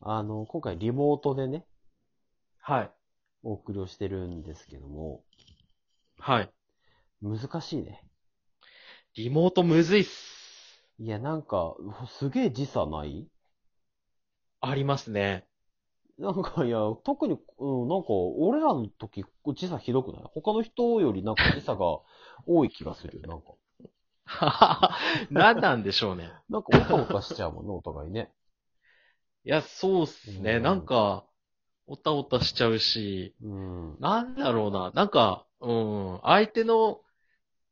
あの、今回リモートでね、はい。お送りをしてるんですけども、はい。難しいね。リモートむずいっす。いや、なんか、うわすげえ時差ないあります ね。なんか、いや、特に、うん、なんか、俺らの時、時差ひどくない他の人よりなんか時差が多い気がするよ、なんか。ははは何なんでしょうね。なんか、おかおかしちゃうもんね、お 互いね。いや、そうっすうね。んなんか、おたおたしちゃうし、うん。なんだろうな。なんか、うん、相手の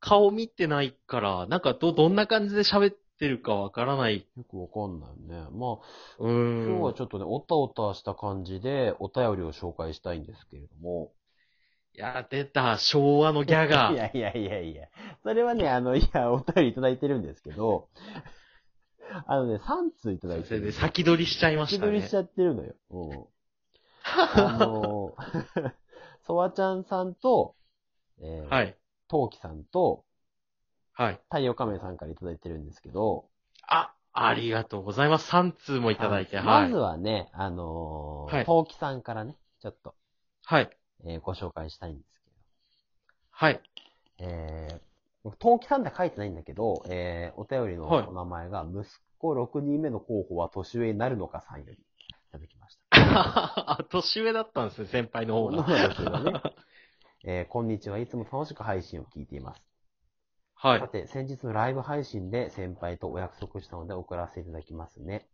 顔見てないから、なんかど、どんな感じで喋ってるかわからない。よくわかんないよね。まあ、う今日はん。ちょっとね、おたおたした感じで、お便りを紹介したいんですけれども。いや、出た、昭和のギャガ いー。やいやいやいや。それはね、あの、いや、お便りいただいてるんですけど、 あのね、3通いただいそてれるで。先取りしちゃいまし先た取りねし。ちゃってるのよ。うん。あの、 ソワちゃんさんと、えー、はい。トウキさんと、はい。太陽仮面さんからいただいてるんですけど、あ、ありがとうございます。3通もいただいて、あはまいず。はね、あのはいトウキさんからね、ちょっと、はい。えーご紹介したいんですけど。はい。えー、僕、陶器さんって書いてないんだけど、えー、お便りのはいお名前が、息子6人目の候補は年上になるのかさんより、いただきました。あ、 年上だったんですね、先輩の方そうが。なんですよね。えー、こんにちは。いつも楽しく配信を聞いています。はいさ。て、先日のライブ配信で先輩とお約束したので送らせていただきますね。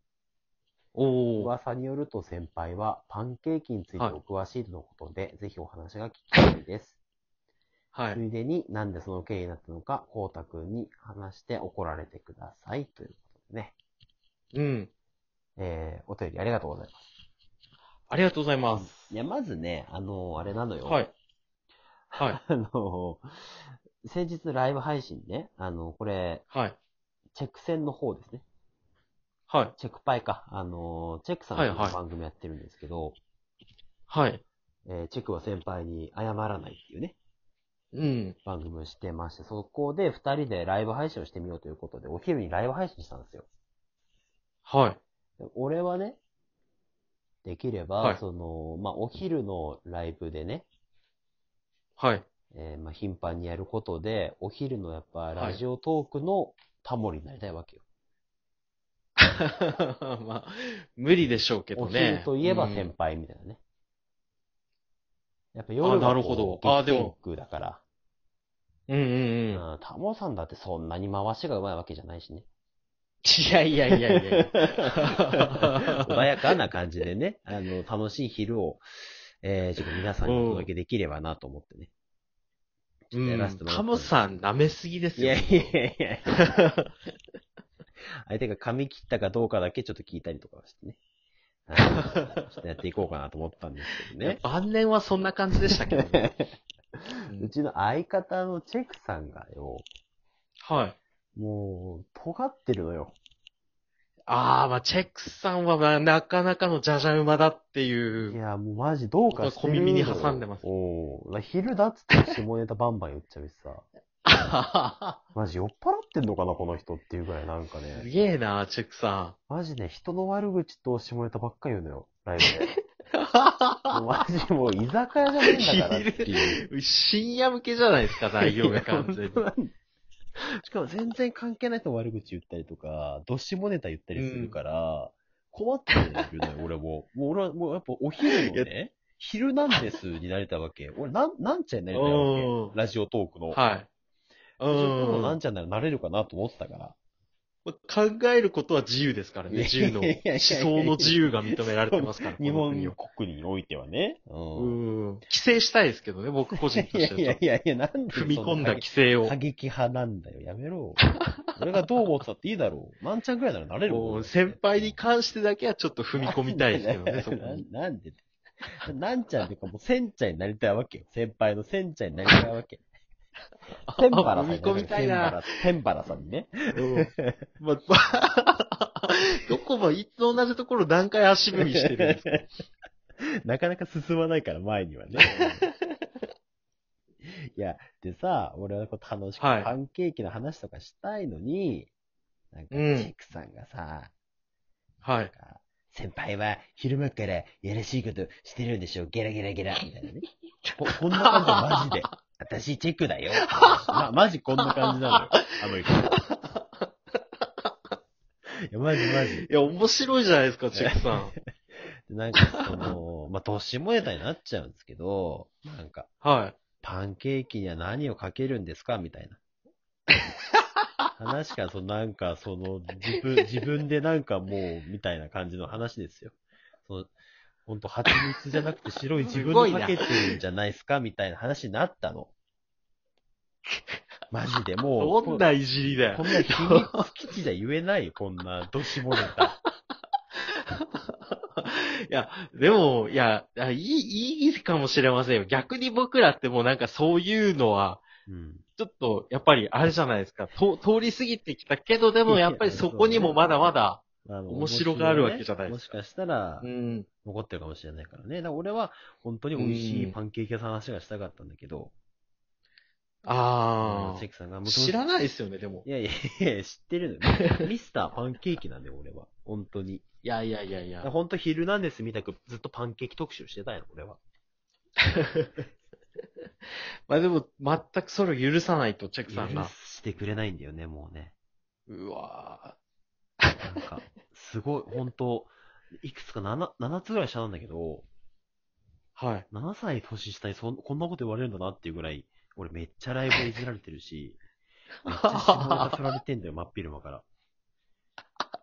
おー。噂によると先輩はパンケーキについてはいお詳しいとのことで、ぜひお話が聞きたいです。はつい。いでになんでその経緯になったのか、こうたくんに話して怒られてください。ということでね。うん。えー、お便りありがとうございま。ありがとうございますす。いや、まずね、あのーあれなのよ。は。い。はい。 あのー先日のライブ配信ね、あのーこれ、はい。チェック戦の方ですね。はい。チェックパイか。あのーチェックさんはいはのい番組やってるんですけど、はい。えーチェックは先輩に謝らないっていうね、うん。番組をしてまして、そこで二人でライブ配信をしてみようということで、お昼にライブ配信したんですよ。はい。で俺はね、できれば、はいその、まあ、お昼のライブでね、はい。 えーまあ、頻繁にやることで、お昼のやっぱいラジオトークのタモリになりたいわけよ。まあ、無理でしょうけどおね昼。といえばうん先輩みたいなね。やっぱ夜はあなるほどこうあでも激戦区だから、うんうんううん。ん、タモさんだってそんなに回しが上手いわけじゃないしね。いやいやいやいやい や。 穏やかな感じでね、あの、楽しい昼を、えー、ちょっと皆さんにお届けできればなと思ってね。ちうょっとやらせんて。もらったタんムですさん舐めすぎですいよ。や。いやいやいや。相手が髪切ったかどうかだけちょっと聞いたりとかしてね。はいちょっとやっていこうかなと思ったんですけどね晩年はそんな感じでしたけど ね。ううんちの相方のチェクさんがよ、はい。もう、尖ってるのよ。ああ、まあ、チェックさんは、まあ、なかなかのじゃじゃ馬だってい。いうや、もうマジどうかしてるのよ小耳に挟んでますおうだから昼だっつって下ネタバンバン言っちゃうしさ。 マジ酔っ払ってんのかな、この人っていうぐらいなんかすね。げえな、チェックさマジね、人の悪口と下ネタばっか言うのよ、ライブで。 ん。もうマジもう居酒屋じゃねえんだからっていう。深夜向けじゃないですか、内容が完全に。しかも全然関係ない人の悪口言ったりとか、どしもネタ言ったりするから、困ってるんだよ ね、俺も。もう俺は、もうやっぱお昼のね、昼なんですになれたわけ。俺、なん、なんちゃんになれたわうんけ。ラジオトークの。はい。うラジオトークのなんん。ちゃんならなれるかなと思ってたから。考えることは自由ですからね、自由の。いやいやいや思想の自由が認められてますか日ら、この本国は国においてはね。う。うんん。規制したいですけどね、僕個人といしやていやはいやいや、なんでそ踏み込んだ過激規制を過。激派なんだよ。やめろ。俺がどう思ってたっていいだろう。なんちゃんぐらいならなれるもんもう先輩に関してだけはちょっと踏み込みたいですけ どね、そこに。ななんでなんちゃんっていうかもう、せんちゃんになりたいわけよ。先輩のせんちゃんになりたいわ け。せんばらさんに踏み込みたいな。せんばらさんにね。うんま、 どこもいつも同じところ何回足踏みしてるんですかなかなか進まないから、前にはね。 いや、でさ、俺はこう楽しくはいパンケーキの話とかしたいのに、なんか、チうんェックさんがさ、はい。なんか先輩は昼間からやらしいことしてるんでしょゲラゲラゲラ、みたいなね。 ここんな感じ、マジで。私チェックだよ。 ま、マジこんな感じなのよ。あの人。いや、マジマジ。いや、面白いじゃないですか、チェックさ ん。なんか、その、まあ、年もネタになっちゃうんですけど、なんか、はパンケーキには何をかけるんですかみたい な。話から、そのなんか、その、自分、自分でなんかもう、みたいな感じの話ですよ。その、ほんと、蜂蜜じゃなくて白い自分でかけてるんじゃないですかみたいな話になった の。マジで、い。もう、どんないじりだこよ。んな秘密基地じゃ言えないよ、こんな、どしもネタ。いや、でも、いや、いやいい、いいかもしれませんよ。逆に僕らってもうなんかそういうのは、うん。ちょっと、やっぱりあれじゃないですか。と通り過ぎてきたけど、でもやっぱりそこにもまだまだ、あの面白があるわけじゃないもでしかしたらう、ん。残ってるかもしれないからね。だから俺は、本当に美味しいうんパンケーキ屋さんの話がしたかったんだけど、あの関さんが、あ、知らいないですよね、でも。いやいやいや、知ってるの よ。ミスターパンケーキなんだよ、俺は。本当に。いやいやいやいや。本当ヒルナンデスみたくずっとパンケーキ特集してたいの、俺は。まあでも、全くそれを許さないと、チェックさん許が。してくれないんだよね、もうね。うわなんか、すごい、本当いくつか 7, 7つぐらい下なんだけど、ぁ。はい。 7歳年下にそんこんなこと言われるんだなっていうぐらい、俺めっちゃライブいじられてる し、めっちゃ下ネタ振られてんだよ、真っ昼間から。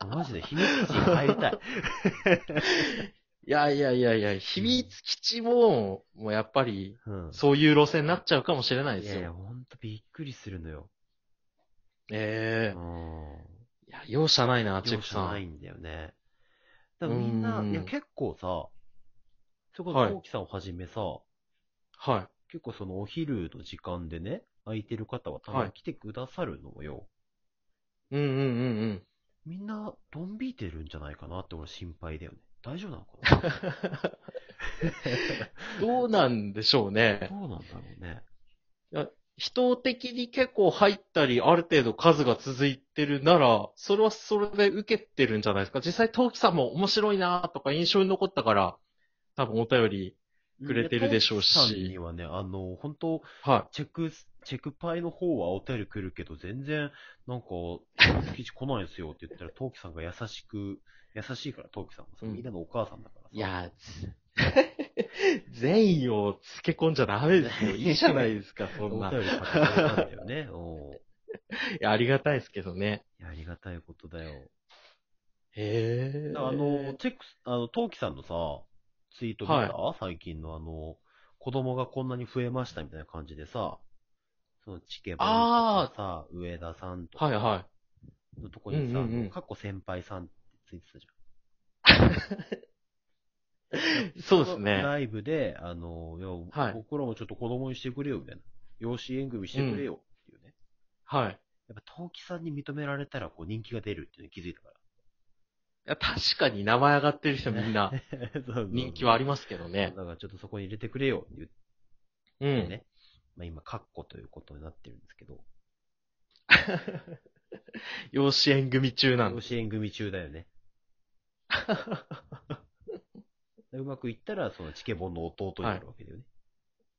マジで秘密基地に入りた い。 いやいやいやいや、秘密基地も、もうやっぱり、うん。そういう路線になっちゃうかもしれないいですやいや、よ。ほんとびっくりするのよ。ええうん。いや、容赦ないな、チェック容赦さないん。んだよね。だからみんな、うんいや結構さ、それこはそいコウキさんをはじめさ、は結構そのお昼の時間でね、空いてる方はたまに来てくださるのよ。い。うんうんうんうん。みんな、どんびいてるんじゃないかなって俺心配だよね。大丈夫なのかなどうなんでしょう ね。どうなんだろうね。人的に結構入ったり、ある程度数が続いてるなら、それはそれで受けてるんじゃないですか。実際、トウキさんも面白いなとか印象に残ったから、多分お便り。くれてるでしょうしいやトウキさんにはね、あの、本当はチェック、チェックパイの方はお便り来るけど、全然、なんか、記事来ないですよって言ったら、トウキさんが優しく、優しいから、トウキさんがさ、うんみんなのお母さんだからさ。い。いや、つ 善意をつけ込んじゃダメですよ。いいじゃないですか、そおん便な。いり書いてくれたんだよね。おういや、ありがたいですけどね。や、ありがたいことだよ。へえ。あの、、チェックス、あの、トウキさんのさ、ツイート見た、最近のあの、子供がこんなに増えましたみたいな感じでさ、そのチケボンとかさ、上田さんとかはいはのとこにさ、うんうんうんかっこ先輩さんってついてたじゃん。い。そうですね。ライブで、あの、いやはい僕らもちょっと子供にしてくれよ、みたいな。養子縁組してくれよ、っていうね。はい。いやっぱ、陶器さんに認められたら、こう、人気が出るっていうのに気づいたかや、確かに名前上がってる人みん ら。な そうそう人気はありますけどね。だから、ちょっとそこに入れてくれよ、って言ってうん。ね。まあ、今、カッコということになってるんですけど。養子縁組中なん養です。子縁組中だよ ね。うまくいったら、その、チケボンの弟になるわけだよ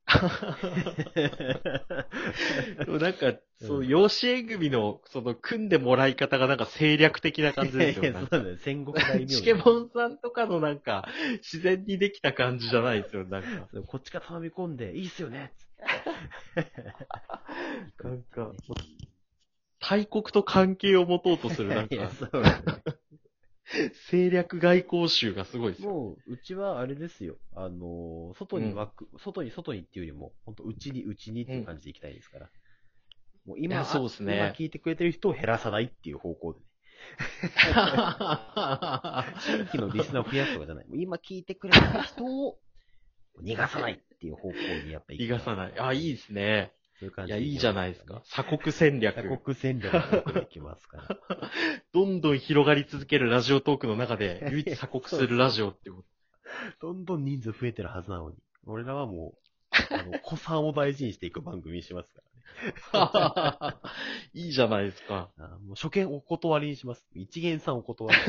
ね。でもなんか、そうのん養子縁組の、その、組んでもらい方がなんか政略的な感じで す いやよいやねそう。だよ。戦国大名。 チケボンさんとかのなんか、自然にできた感じじゃないですよ、なんか。そうこっちから頼み込んで、いいっすよねつってなんか、大国と関係を持とうとする、 なんいやか、そうだね政略外交集がすごいですよ。もう、うちはあれですよ。あのー外に枠、外に外にっていうよりも、本当うちにうちにっていう感じで行きたいですから。もうい今、やそうっすね今聞いてくれてる人を減らさないっていう方向で、ね。 新規のリスナーを増やすとかじゃない。もう今聞いてくれてる人を逃がさないっていう方向にやっぱ行逃がさない。あ、いい。いですね。そういう感いじや、でいいじゃないですか。。鎖国戦鎖略。国戦略の方向で行きますから。どんどん広がり続けるラジオトークの中 で、唯一鎖国するラジオっていう。どんどん人数増えてるはずなのに。俺らはもう、あの、子さんを大事にしていく番組にしますか いいじゃないですか。ら。あもう初見お断りにします。一元さんお断り。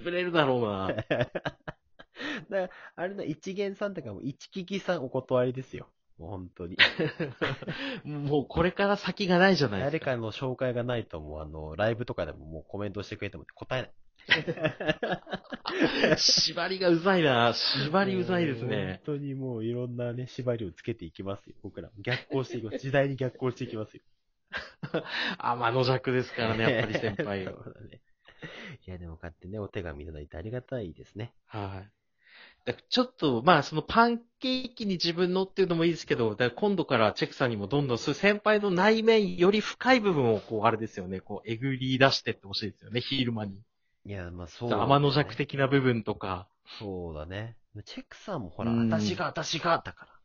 くれるだろう な。だからあれの一元さんとかも一聞きさんお断りですよ。もう本当 に。もうこれから先がないじゃないで誰すか。かの紹介がないともうあの、ライブとかでももうコメントしてくれても答えない。縛りがうざいな。縛りうざいですね。本当にもういろんなね、縛りをつけていきますよ。僕ら。逆行していきま す。時代に逆行していきますよ。天の弱ですからね、やっぱり先 輩 そ。うだね。いや、でもこうやってね、お手紙いただいてありがたいですね。はい。だからちょっと、まあ、そのパンケーキに自分のっていうのもいいですけど、だから今度からチェックさんにもどんどんそういう先輩の内面より深い部分を、こう、あれですよね、こう、えぐり出してってほしいですよね、ヒールマンに。いや、まあそう、天の弱。的な部分とか。そうだね。チェックさんもほら、うん私が私が、だか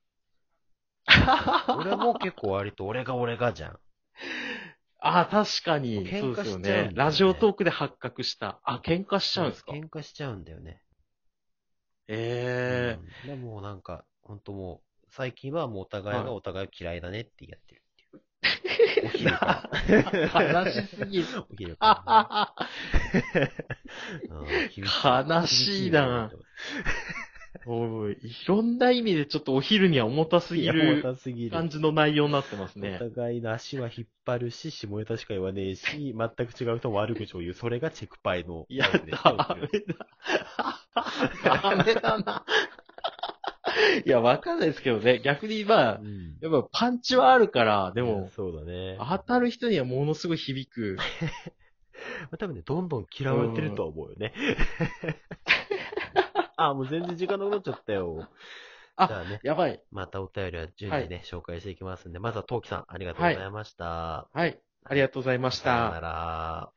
ら。俺も結構割と俺が俺がじゃん。ああ、確かに。喧嘩そうですよしちゃうんだよねね。ラジオトークで発覚した。あ、喧嘩しちゃうんですか、喧嘩しちゃうんだよね。ええうんでもなんか、ほんともう、最近はもうお互いがお互い嫌いだねって言い合ってるって いう。お昼か悲しすぎる。ら。お昼あはかはら。うん厳し悲しいな厳し おい、いろんな意味でちょっとお昼には重たすいぎな重るたすぎる。感じの内容になってますおね。互いの足は引っ張るし、下ネタしか言わねえし、全く違う人も悪口を言う。それがチェックパイの。いや、ダメだ。ダメだな。いや、わかんないですけどね。逆に、まあう、ん。やっぱパンチはあるから、でいやも、そうだね。当たる人にはものすごい響く。まあ多分ね、どんどん嫌われてるとは思うよね。 あ、もう全然時間なくなっちゃったよ。あじゃあね、やばい。またお便りは順次ね、紹介していきますんで、まずはトウキさん、ありがとうございました。はい。ありがとうございましさよたな。ら。